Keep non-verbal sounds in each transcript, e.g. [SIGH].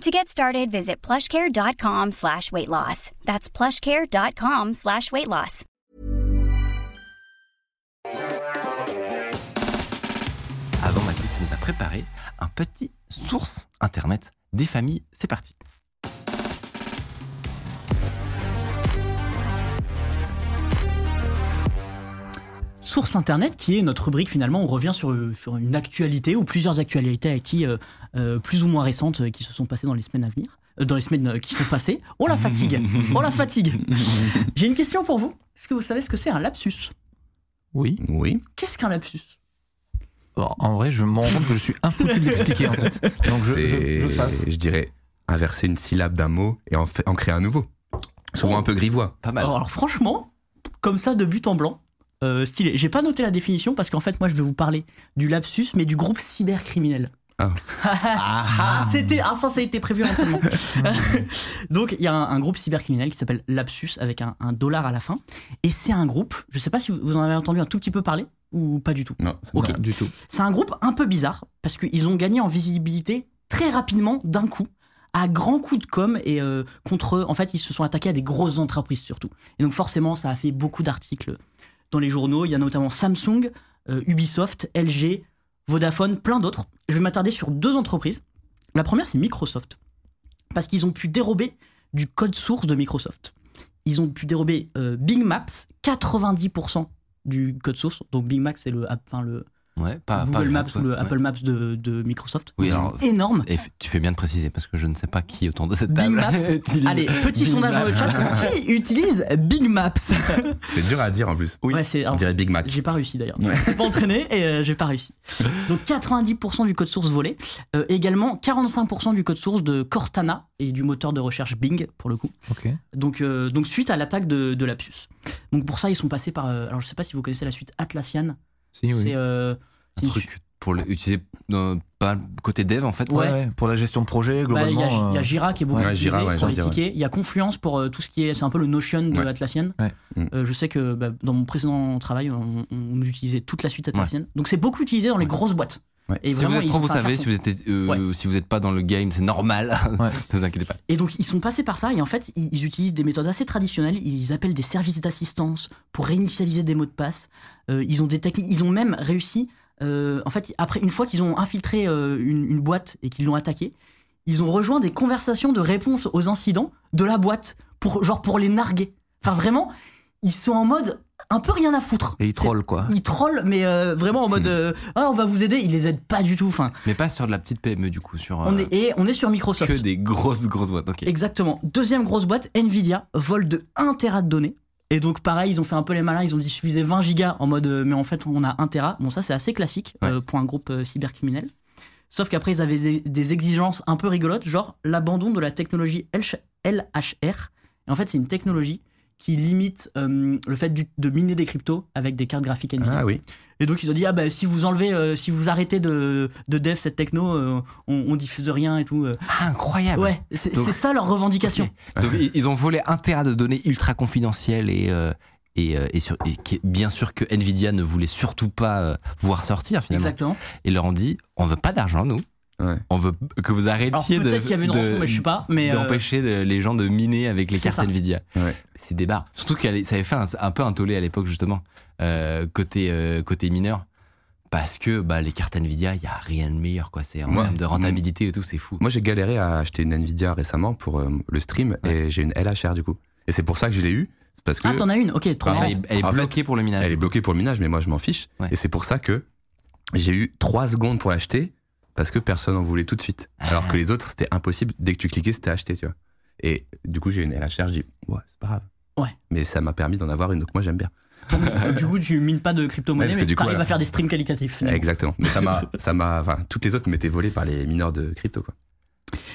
To get started, visit plushcare.com slash weight loss. That's plushcare.com slash weight loss. Avant, Mathilde nous a préparé un petit source internet des familles. C'est parti. Source Internet, qui est notre rubrique finalement, on revient sur, sur une actualité ou plusieurs actualités IT euh, euh, plus ou moins récentes euh, qui se sont passées dans les semaines à venir, euh, dans les semaines euh, qui sont passées. On la fatigue, on la fatigue. J'ai une question pour vous. Est-ce que vous savez ce que c'est un lapsus Oui. Oui. Qu'est-ce qu'un lapsus Alors, en vrai, je me rends compte que je suis infoutu de l'expliquer en fait. Donc je, je- je passe. C'est, je dirais, inverser une syllabe d'un mot et en, fait- en créer un nouveau. Souvent un peu grivois. Pas mal. Alors, alors, franchement, comme ça de but en blanc, euh, stylé. J'ai pas noté la définition parce qu'en fait moi je vais vous parler du lapsus mais du groupe cybercriminel. Ah. Ah, c'était ah ça ça a été prévu lentement. [LAUGHS] Donc il y a un, un groupe cybercriminel qui s'appelle Lapsus avec un, un dollar à la fin et c'est un groupe. Je sais pas si vous- vous en avez entendu un tout petit peu parler ou pas du tout. Non, ça me Ok. parle. Du tout. C'est un groupe un peu bizarre parce qu'ils ont gagné en visibilité très rapidement d'un coup à grands coups de com et euh, contre eux, en fait, ils se sont attaqués à des grosses entreprises surtout. Et donc forcément, ça a fait beaucoup d'articles dans les journaux. Il y a notamment Samsung, euh, Ubisoft, LG, Vodafone, plein d'autres. Je vais m'attarder sur deux entreprises. La première, c'est Microsoft, parce qu'ils ont pu dérober du code source de Microsoft. Ils ont pu dérober euh, Bing Maps, 90% du code source. Donc Bing Maps, c'est le, app- enfin, le, Ouais, pas, pas Google Maps Ah, ouais, ou le ouais. Apple Maps de, de Microsoft. Oui, C'est alors, énorme. Et f- tu fais bien de préciser parce que je ne sais pas qui autour de cette table. Bing [LAUGHS] Maps. utilise- Allez, petit Bing sondage dans le Maps. chat. Qui utilise Big Maps [LAUGHS] C'est dur à dire en plus. Ouais, c'est- On dirait Big Mac. J'ai pas réussi d'ailleurs. Ouais. J'ai pas entraîné et euh, j'ai pas réussi. [LAUGHS] Donc 90% du code source volé. Euh, également 45% du code source de Cortana et du moteur de recherche Bing pour le coup. Ok. Donc, euh, donc suite à l'attaque de, de Lapsus. Donc pour ça, ils sont passés par. euh, alors je sais pas si vous connaissez la suite Atlassian. Si, oui. C'est euh, Un c'est une truc pour l'utiliser dans- pas le côté dev en fait. Ouais, ouais, Pour la gestion de projet, Bah, Il globalement. y a- il y, a euh, Jira qui est beaucoup Ouais, utilisé Jira, ouais, pour j'allais les dire, ouais. tickets. Il y a Confluence pour euh, tout ce qui est. C'est un peu le Notion de Ouais. Atlassian. Ouais. Mm. Euh, je sais que bah, dans mon précédent travail, on, on utilisait toute la suite Atlassian. Donc c'est beaucoup utilisé dans les Ouais. grosses boîtes. Ouais. Et si vraiment, vous êtes ils pro, ont vous fait un savez. Si carton. vous êtes, euh, si vous n'êtes pas dans le game, c'est normal. [LAUGHS] Ouais. ne vous inquiétez pas. Et donc ils sont passés par ça. Et en fait, ils, ils utilisent des méthodes assez traditionnelles. Ils appellent des services d'assistance pour réinitialiser des mots de passe. Euh, ils ont des techniques. Ils ont même réussi. euh, en fait, après une fois qu'ils ont infiltré euh, une, une boîte et qu'ils l'ont attaquée, ils ont rejoint des conversations de réponse aux incidents de la boîte pour genre pour les narguer. Enfin vraiment, ils sont en mode un peu rien à foutre. Et il C'est- troll quoi. Ils trollent, mais euh, vraiment en mode Hmm. euh, ah on va vous aider. Ils les aident pas du tout. Enfin, Mais pas sur de la petite PME du coup, sur on euh, est et on est sur Microsoft. que des grosses grosses boîtes. Ok. Exactement. Deuxième grosse boîte, Nvidia, vol de 1 Tera de données. Et donc pareil, ils ont fait un peu les malins, ils ont dit suffisait 20 gigas en mode euh, mais en fait on a 1 Tera. Bon ça c'est assez classique Ouais. euh, pour un groupe euh, cybercriminel. Sauf qu'après ils avaient des, des exigences un peu rigolotes, genre l'abandon de la technologie LH LHR. Et en fait c'est une technologie qui limite euh, le fait du- de miner des cryptos avec des cartes graphiques Nvidia. oui. Et donc ils ont dit ah bah si vous enlevez, euh, si vous arrêtez de, de dev cette techno, euh, on, on diffuse rien et tout. euh. Ah, incroyable. Ouais, c'est Donc- c'est ça leur revendication. Ok. Donc ils- ils ont volé un terrain de données ultra confidentielles et euh, et, euh, et sur- et qui- bien sûr que Nvidia ne voulait surtout pas euh, voir sortir finalement. Exactement. Et leur ont dit on veut pas d'argent nous. Ouais. On veut que vous Alors arrêtiez de peut-être qu'il y avait une de- rançon, mais je sais pas. Mais euh, d'empêcher de- les gens de miner avec les c'est cartes ça. Nvidia. Ouais. C'est des barres. Surtout que ça avait fait un, un peu un tollé à l'époque justement euh, côté euh, côté mineur parce que bah, les cartes Nvidia, il y a rien de meilleur quoi. C'est en Moi- mm. termes de rentabilité et tout, c'est fou. Moi, j'ai galéré à acheter une Nvidia récemment pour euh, le stream et j'ai une LHR du coup. Et c'est pour ça que je l'ai eu. C'est parce que ah, t'en as une Ok, trop Enfin, marrant. elle, est- elle est En fait, bloquée pour le Ah minage. elle est bloquée pour le minage, mais moi, je m'en fiche. Ouais. Et c'est pour ça que j'ai eu 3 secondes pour l'acheter parce que personne en voulait tout de suite. Ah. Alors que les autres, c'était impossible. Dès que tu cliquais, c'était acheté, tu vois. Et du coup, j'ai une LHR, je dis, ouais, c'est pas grave. Ouais. Mais ça m'a permis d'en avoir une, donc moi, j'aime bien. du coup, tu mines pas de Ouais, crypto-monnaie, parce que mais du tu coup, arrives voilà. à faire des streams qualitatifs. finalement. Exactement. Mais ça m'a. ça m'a- enfin, toutes les autres m'étaient volées par les mineurs de crypto, quoi.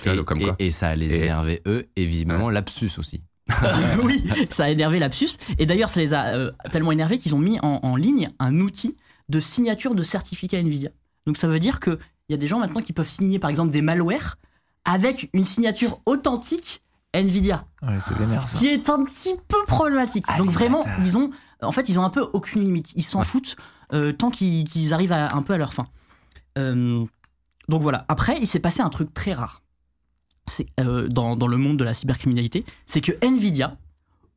Tu vois, Et, donc comme et- quoi. et ça les Et- énervait eux, évidemment, l'absus aussi. [LAUGHS] oui, ça a énervé Lapsus. Et d'ailleurs, ça les a euh, tellement énervés qu'ils ont mis en, en ligne un outil de signature de certificat Nvidia. Donc ça veut dire qu'il y a des gens maintenant qui peuvent signer par exemple des malwares avec une signature authentique Nvidia, Ouais, c'est vénère ce ça. Ah, qui est un petit peu problématique. Allez, Donc vraiment, bâtard. ils ont, en fait, ils ont un peu aucune limite. Ils s'en foutent euh, tant qu'ils qu'ils arrivent à- un peu à leur fin. Euh, donc voilà. Après, il s'est passé un truc très rare. C'est euh, dans, dans le monde de la cybercriminalité, c'est que Nvidia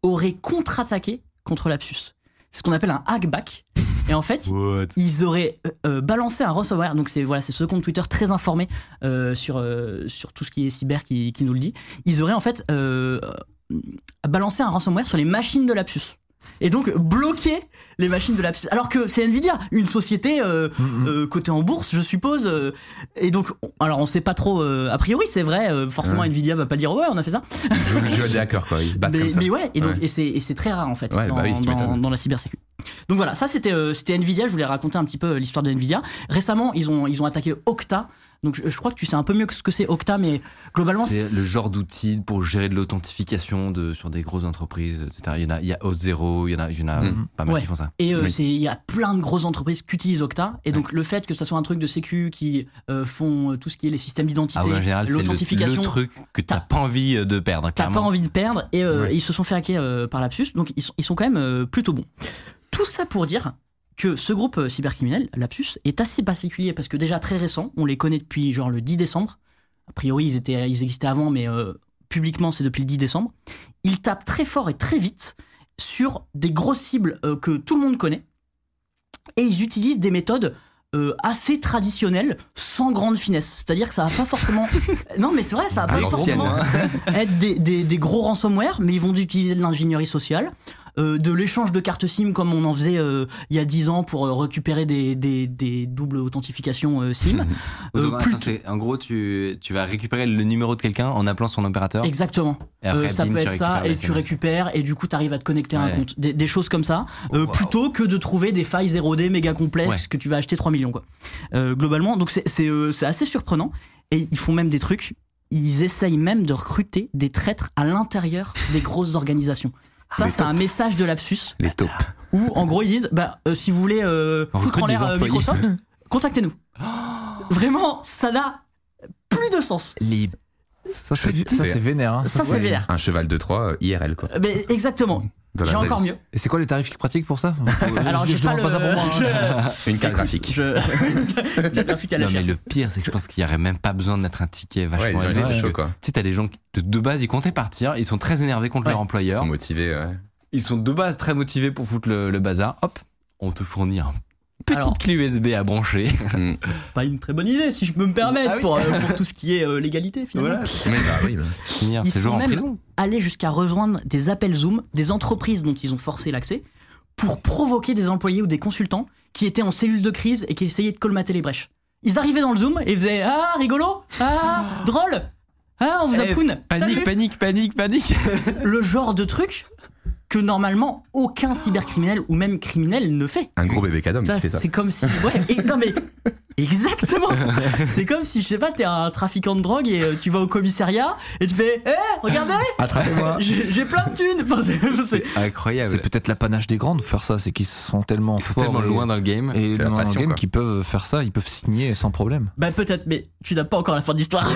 aurait contre-attaqué contre Lapsus. C'est ce qu'on appelle un hackback. Et en fait, ils auraient euh, euh, balancé un ransomware. Donc c'est voilà, c'est ce compte Twitter très informé euh, sur euh, sur tout ce qui est cyber qui, qui nous le dit. Ils auraient en fait euh, euh, balancé un ransomware sur les machines de Lapsus. Et donc bloqué les machines de Lapsus. Alors que c'est Nvidia, une société euh, Mhm. euh, cotée en bourse, je suppose. euh, et donc, on- alors on sait pas trop. euh, a priori, c'est vrai. euh, forcément, Ouais. Nvidia va pas dire ouais, on a fait ça. Je joue le jeu des hackers, quoi. Ils se battent Mais, comme ça. mais ouais, et, donc, Ouais. et c'est- et c'est très rare en fait Ouais, dans, bah oui, tu dans- m'étonnes. dans la cybersécu. Donc voilà, ça c'était euh, c'était Nvidia, je voulais raconter un petit peu euh, l'histoire de Nvidia. Récemment, ils ont, ils ont attaqué Okta, donc je, je crois que tu sais un peu mieux que ce que c'est Okta, mais globalement, C'est le genre d'outil pour gérer de l'authentification de, sur des grosses entreprises, etc. Il y en a, il y a O0, il y en a, il y en a Mhm. pas mal Ouais. qui font ça. Et euh, Oui. c'est- il y a plein de grosses entreprises qui utilisent Okta. Et donc, le fait que ça soit un truc de sécu qui euh, font euh, tout ce qui est les systèmes d'identité, Ah ouais, en général, c'est le, l'authentification, le truc que t'as T'as- pas envie de perdre, t'as clairement. pas envie de perdre. Et, euh, Ouais. et ils se sont fait hacker euh, par Lapsus. Donc, ils sont, ils sont quand même euh, plutôt bons. Tout ça pour dire que ce groupe euh, cybercriminel, Lapsus, est assez particulier parce que déjà très récent, on les connaît depuis genre le 10 décembre. A priori, ils, étaient, ils existaient avant, mais euh, publiquement, c'est depuis le 10 décembre. Ils tapent très fort et très vite sur des grosses cibles euh, que tout le monde connaît. Et ils utilisent des méthodes euh, assez traditionnelles, sans grande finesse. C'est-à-dire que ça va pas forcément. non, mais c'est vrai, ça va À pas l'ancienne, forcément [LAUGHS] être des, des- des gros ransomware, mais ils vont utiliser de l'ingénierie sociale. euh, de l'échange de cartes SIM comme on en faisait euh, il y a 10 ans pour euh, récupérer des, des- des doubles authentifications euh, SIM. Donc, Euh, attends, plus- c'est- en gros, tu, tu vas récupérer le numéro de quelqu'un en appelant son opérateur. Exactement. Et après, Euh, ça bim, peut tu être ça, récupères et le tu SMS. récupères, et du coup, tu arrives à te connecter à un Ouais. compte. Des, des choses comme ça, euh, plutôt que de trouver des failles 0D méga complexes Ouais. que tu vas acheter 3 millions. Quoi. Euh, globalement, donc c'est c'est, euh, c'est assez surprenant. Et ils font même des trucs, ils essayent même de recruter des traîtres à l'intérieur des grosses organisations. Ah, Ça, Mais c'est un message de Lapsus Les taupes. où, en gros, ils disent bah, euh, si vous voulez euh, On foutre recrute en l'air des euh, employés. [LAUGHS] Oh Microsoft, contactez-nous. Vraiment, ça n'a plus de sens. Les- Ça, c'est ça, c'est vénère. hein. Ça, c'est vénère. Un cheval de Troie euh, IRL, quoi. Mais exactement. Dans la J'ai vraie encore vie. mieux. Et c'est quoi les tarifs qu'ils pratiquent [LAUGHS] pour ça Alors, je, j'ai je pas demande le- pas ça pour moi. hein. Une Écoute, carte graphique. [LAUGHS] Je... T'as graphique à la Non, mais chair. le pire, c'est que je pense qu'il n'y aurait même pas besoin de mettre un ticket Ouais, vachement ils ont élevé. été ouais. chauds, quoi. Tu sais, t'as des gens qui, de, de base, ils comptaient partir, ils sont très énervés contre Ouais. leur Ils employeur. sont motivés, ouais. [LAUGHS] Ils sont de base très motivés pour foutre le, le bazar. Hop, on te fournit un petite Alors. clé USB à brancher. Mm. Pas une très bonne idée, si je peux me permettre, Ah oui. [LAUGHS] pour, euh, pour tout ce qui est euh, légalité, finalement. [LAUGHS] Mais bah oui, bah. Finir Ils ces sont jours en même- prison. Aller jusqu'à rejoindre des appels Zoom, des entreprises dont ils ont forcé l'accès, pour provoquer des employés ou des consultants qui étaient en cellule de crise et qui essayaient de colmater les brèches. Ils arrivaient dans le Zoom et faisaient Ah, rigolo Ah, drôle Ah, on vous Eh, appoune Panique, panique, panique, panique. Le genre de truc que normalement aucun cybercriminel ou même criminel ne fait. Un gros bébé cadom Ça, qui fait ça. c'est comme si. Ouais, et- non mais. [LAUGHS] Exactement! C'est comme si, je sais pas, t'es un trafiquant de drogue et euh, tu vas au commissariat et tu fais Hé, regardez! Attrapez-moi J'ai j'ai plein de thunes! Enfin, c'est- c'est- [LAUGHS] C'est Incroyable. peut-être l'apanage des grandes de faire ça, c'est qu'ils sont tellement Ils sont forts tellement et- loin dans le game. et C'est la dans le passion, game quoi. qu'ils peuvent faire ça, ils peuvent signer sans problème. Bah, peut-être, mais tu n'as pas encore la fin de l'histoire. [LAUGHS]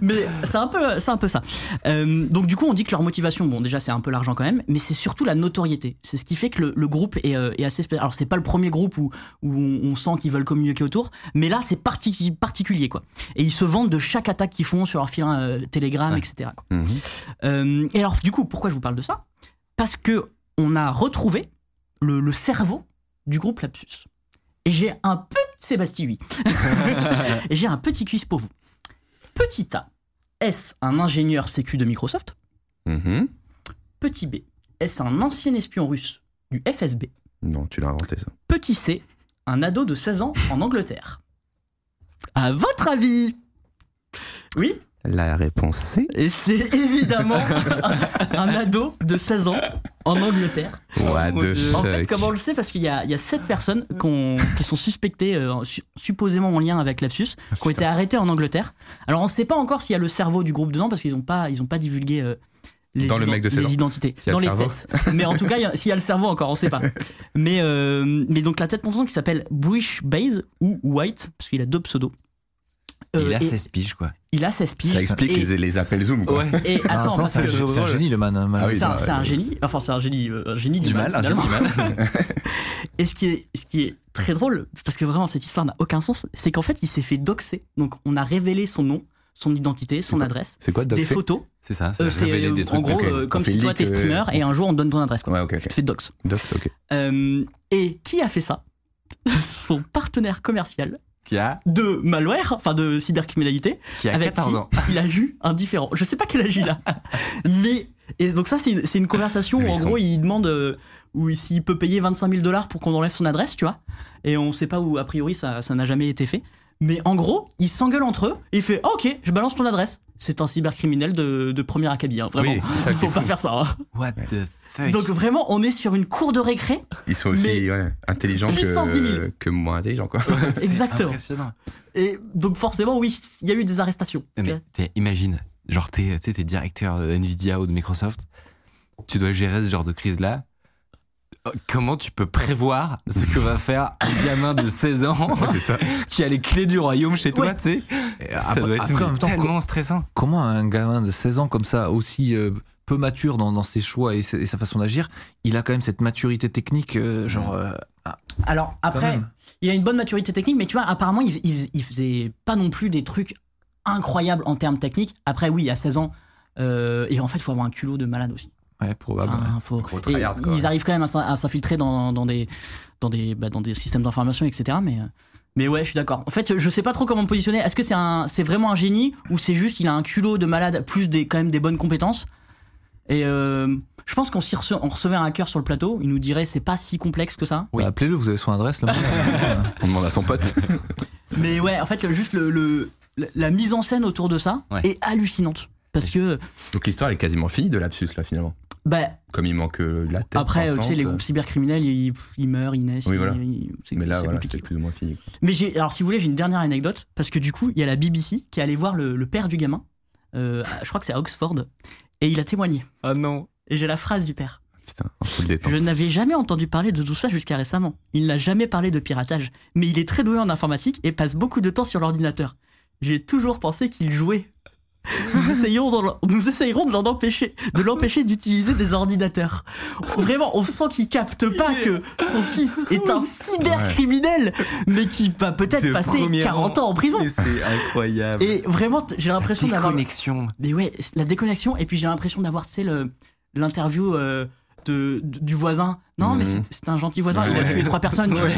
mais c'est un peu, c'est un peu ça. Euh, donc, du coup, on dit que leur motivation, bon, déjà, c'est un peu l'argent quand même, mais c'est surtout la notoriété. C'est ce qui fait que le, le groupe est, euh, est assez spécial. Alors, c'est pas le premier groupe où, où on, on sent qu'ils veulent communiquer autour, mais là, c'est parti- particulier, quoi. Et ils se vendent de chaque attaque qu'ils font sur leur fil euh, Telegram, etc. quoi. Mhm. Euh, et alors, du coup, pourquoi je vous parle de ça Parce que on a retrouvé le, le cerveau du groupe Lapsus. Et j'ai un petit Sébastien, oui. Et j'ai un petit quiz pour vous. Petit A, est-ce un ingénieur sécu de Microsoft Mhm. Petit B, est-ce un ancien espion russe du FSB Non, tu l'as inventé ça. Petit C, un ado de 16 ans en Angleterre. À votre avis Oui La réponse c'est. Et c'est évidemment un ado de 16 ans en Angleterre. What the En fait, fuck. comment on le sait Parce qu'il y a, il y a 7 personnes qu'on- qui sont suspectées, euh, su- supposément en lien avec Lapsus, Ah, qui ont été arrêtées en Angleterre. Alors, on ne sait pas encore s'il y a le cerveau du groupe dedans, parce qu'ils n'ont pas, ils ont pas divulgué euh, les Dans le ident- mec de ses les dents. identités, S'il y a dans le les cerveau. sets. mais en tout cas, il y a- s'il y a le cerveau encore, on sait [LAUGHS] pas. mais, euh, mais donc la tête pensante qui s'appelle Bush Baze ou White, parce qu'il a deux pseudos. Euh, il a et 16 piges, quoi. il a 16 piges. Ça explique Et- les, les appels Zoom, quoi. Et Ah, attends, parce c'est que un gé- c'est un génie, le man. hein, Ah malade. oui, c'est un, bah, c'est un euh, génie, enfin c'est un génie, euh, un génie du, Du mal, un finalement. génie du [LAUGHS] mal. Et ce qui, est, ce qui est très drôle, parce que vraiment cette histoire n'a aucun sens, c'est qu'en fait il s'est fait doxer. Donc on a révélé son nom, son identité, son adresse, C'est quoi, Doc des c'est- photos. C'est ça, ça Euh, révélait c'est des euh, trucs. en gros ok. euh, On comme fait si toi leak, t'es euh, streamer et un jour on te donne ton adresse quoi. Ouais, ok. ok. Tu te fais dox. Doc, c'est ok. Euh, et qui a fait ça [LAUGHS] Son partenaire commercial Qui a, de malware, enfin de cybercriminalité, qui a avec 14 qui ans. il a eu un différent. Je sais pas quel âge il a, mais et donc ça c'est une, c'est une conversation où en Lui, son- gros il demande euh, où il- s'il peut payer 25 000 dollars pour qu'on enlève son adresse, tu vois. Et on sait pas où a priori ça ça n'a jamais été fait. Mais en gros, ils s'engueulent entre eux et il fait Ah, Ok, je balance ton adresse. C'est un cybercriminel de, de premier acabit, hein, vraiment. Oui, ça qui [LAUGHS] est Faut pas fou. faire ça. hein. What the fuck Donc vraiment, on est sur une cour de récré. Ils sont aussi Mais- ouais, intelligents Puissance 10 que, 000. que moins intelligents, quoi. C'est Exactement. impressionnant. Et donc forcément, oui, il y a eu des arrestations. Non, Mais t'es- imagine, genre t'es tu sais, t'es directeur de Nvidia ou de Microsoft, tu dois gérer ce genre de crise-là. Euh, Comment tu peux prévoir ce que va faire un gamin de 16 [LAUGHS] ans [LAUGHS] c'est ça. qui a les clés du royaume chez toi, Ouais. tu sais Ça après- doit être après, en même temps, tellement stressant. Comment un gamin de 16 ans comme ça, aussi euh, peu mature dans, dans ses choix et, sa- et sa façon d'agir, il a quand même cette maturité technique, euh, genre. euh, Alors Quand après, même. il a une bonne maturité technique, mais tu vois, apparemment, il, il- il faisait pas non plus des trucs incroyables en termes techniques. Après, oui, à 16 ans. euh, et en fait, il faut avoir un culot de malade aussi. Ah bah ouais, probable. Ah, Enfin, faut- Gros et tryhard, quoi. ils arrivent quand même à s'in- à s'infiltrer dans, dans des, dans, des, bah, dans des systèmes d'information, etc. Mais, euh, mais ouais, je suis d'accord. En fait, je sais pas trop comment me positionner. Est-ce que c'est un- c'est vraiment un génie ou c'est juste il a un culot de malade plus des, quand même des bonnes compétences Et euh, je pense qu'on si rece- on recevait un hacker sur le plateau, il nous dirait c'est pas si complexe que ça. Bah, Appelez-le, vous avez son adresse. Le mec. [LAUGHS] On demande à son pote. Mais ouais, en fait, le- juste le, le- la mise en scène autour de ça Ouais. est hallucinante. Parce que, Donc l'histoire, elle est quasiment finie de Lapsus, là, finalement. bah, Comme il manque euh, la tête. après, tu sais, pensante, les groupes cybercriminels, ils, ils meurent, ils naissent. Oui, ils- voilà. ils- c'est Mais là, c'est voilà, compliqué. c'est plus ou moins fini. Mais j'ai, alors si vous voulez, j'ai une dernière anecdote parce que du coup, il y a la BBC qui est allée voir le, le père du gamin. euh, à- je crois que c'est à Oxford et il a témoigné. Ah non. Et j'ai la phrase du père. Putain, un coup de détente. Je n'avais jamais entendu parler de tout ça jusqu'à récemment. Il n'a jamais parlé de piratage, mais il est très doué en informatique et passe beaucoup de temps sur l'ordinateur. J'ai toujours pensé qu'il jouait. [LAUGHS] Nous, essayons d'en- nous essayerons de l'en empêcher, de l'empêcher d'utiliser des ordinateurs. Vraiment, on sent qu'il capte pas que son fils est un cybercriminel, mais qui va peut-être De passer premier 40 rang. ans en prison. Mais c'est incroyable. Et vraiment, t- j'ai l'impression d'avoir connexion. mais ouais, c'est la déconnexion. Et puis j'ai l'impression d'avoir, tu sais, le- l'interview euh, de, de- du voisin. Non, Mhm. mais c'est c'est un gentil voisin, il a Ouais. tué trois personnes. tu vois.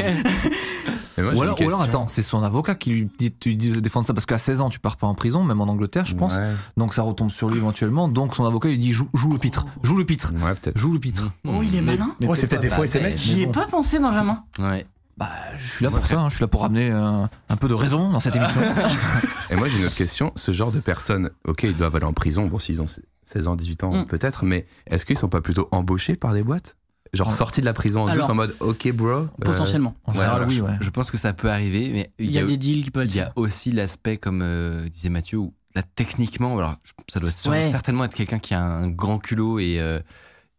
Mais moi, j'ai ou, une alors, ou alors, question. attends, c'est son avocat qui lui dit, tu lui dis de défendre ça parce qu'à 16 ans, tu pars pas en prison, même en Angleterre, je pense. Ouais, Donc ça retombe sur lui éventuellement. Donc son avocat lui dit joue, joue le pitre, joue le pitre, ouais peut-être. joue le pitre. [LAUGHS] Oh, il est malin. Mmh. Mais Oh, c'est peut-être des faux SMS. J'y ai mais bon. pas pensé, Benjamin. Ouais. Bah, je suis là pour ça, hein, je suis là pour ramener euh, un peu de raison dans cette émission. [LAUGHS] Et moi, j'ai une autre question. Ce genre de personnes, ok, ils doivent aller en prison, bon, s'ils ont 16 ans, 18 ans, Mm. peut-être, mais est-ce qu'ils sont pas plutôt embauchés par des boîtes Genre Ah. sortis de la prison en Alors, douce en mode, ok, bro. euh, Potentiellement. En Ouais, général, voilà, oui, ouais. Je pense que ça peut arriver, mais Il y, a des deals qui peuvent être. Il y a aussi l'aspect, comme euh, disait Mathieu, où là, techniquement, alors, je- ça doit sûrement- Ouais. certainement être quelqu'un qui a un grand culot et, euh,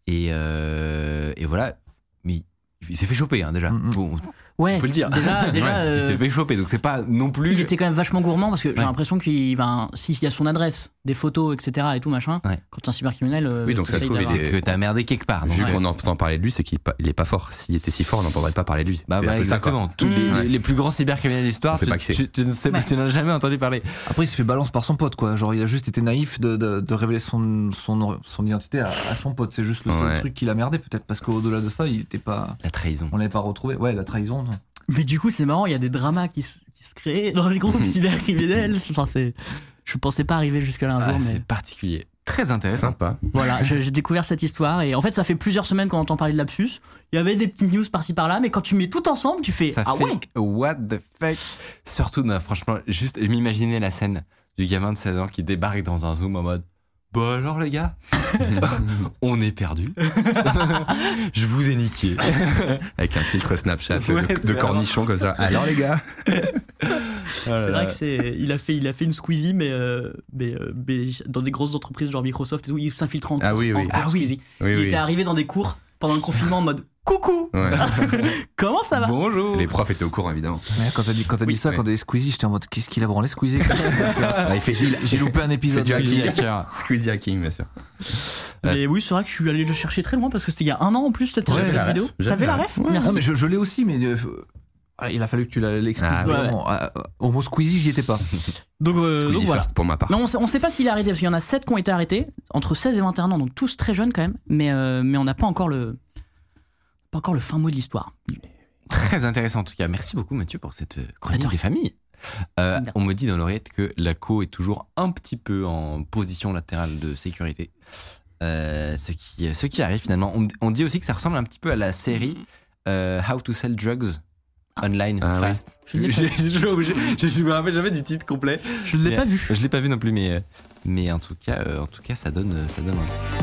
et, euh, et voilà. Mais il- il s'est fait choper hein, Mm, déjà. Mhm. Bon, Ouais. on peut le dire. [LAUGHS] Déjà, déjà, Ouais, Il euh, s'est fait choper, donc c'est pas non plus. il était quand même vachement gourmand parce que j'ai Ouais. l'impression qu'il va. S'il y a son adresse, des photos, etc. et tout machin, Ouais. quand t'es un cybercriminel. euh, Oui, donc ça se t'essayes trouve, il d'avoir- était- que t'as merdé quelque part. Ah, donc, Vu euh, qu'on entend parler de lui, c'est qu'il pa- il est pas fort. S'il était si fort, on n'entendrait pas parler de lui. bah, c'est voilà, un peu ça, quoi. exactement. Tous les, Mhm. les- les plus grands cybercriminels de l'histoire, On sait tu, pas qui c'est. tu- tu ne sais pas, tu n'as jamais entendu parler. Après, il s'est fait balance par son pote, quoi. Genre, il a juste été naïf de, de- de révéler son, son, son identité à, à son pote. C'est juste le seul Ouais. truc qu'il a merdé, peut-être, parce qu'au-delà de ça, il était pas. La trahison. On l'avait pas retrouvé. Ouais, la trahison. non. Mais du coup, c'est marrant, il y a des dramas qui se, qui se créent dans les groupes cybercriminels. Enfin, c'est- je pensais pas arriver jusque-là un Ah, jour, c'est mais particulier. Très intéressant. Sympa. voilà, je- j'ai découvert cette histoire. Et en fait, ça fait plusieurs semaines qu'on entend parler de lapsus. Il y avait des petites news par-ci par-là, mais quand tu mets tout ensemble, tu fais Ça Ah fait ouais Oh what the fuck Surtout, non, franchement, juste m'imaginer la scène du gamin de 16 ans qui débarque dans un zoom en mode Bon alors les gars, on est perdu. [LAUGHS] Je vous ai niqué. Avec un filtre Snapchat Ouais, de, c'est de vraiment- [LAUGHS] cornichons comme ça. Alors les gars C'est vrai que c'est, il a fait, il a fait une squeezie, mais, euh, mais, euh, mais dans des grosses entreprises genre Microsoft et tout, il s'infiltre en Ah oui, oui. en cours Ah squeezie. Oui, il oui. était arrivé dans des cours pendant le confinement en mode coucou, Ouais. [LAUGHS] comment ça va Bonjour. Les profs étaient au courant, évidemment. Ouais, quand t'as dit, quand t'as Oui, dit ça, ouais. quand t'as dit Squeezie, j'étais en mode qu'est-ce qu'il a branlé Squeezie [LAUGHS] il fait Gilles. J'ai loupé un épisode. du de hacking. Gilles. Squeezie Hacking, bien sûr. Mais oui, c'est vrai que je suis allé le chercher très loin parce que c'était il y a un an en plus cette J'avais cette la ref. vidéo. J'avais T'avais la la ref ref. Ouais. Merci. Non, mais je, je l'ai aussi, mais euh, f- voilà, il a fallu que tu la- l'expliques. Ah, ouais, vraiment. Ah, euh, Au mot Squeezie, j'y étais pas. Donc, euh, donc Squeezie voilà. first pour ma part. Non, on sait, on sait pas s'il est arrêté parce qu'il y en a 7 qui ont été arrêtés entre 16 et 21 ans, donc tous très jeunes quand même. Mais euh, mais on n'a pas encore le pas encore le fin mot de l'histoire. Très intéressant en tout cas. Merci beaucoup Mathieu pour cette euh, chronique des familles. Euh, Non. on me dit dans l'oreillette que la co est toujours un petit peu en position latérale de sécurité. Euh, ce, qui, ce qui arrive finalement. On, on dit aussi que ça ressemble un petit peu à la série euh, How to Sell Drugs Online Ah oui. Fast. Je l'ai pas J'ai- j'ai toujours obligé- Je je me rappelle jamais du titre complet. Je l'ai Mais- pas vu. Je l'ai pas vu non plus, mais, euh, mais en, tout cas, euh, en tout cas, ça donne, ça donne envie.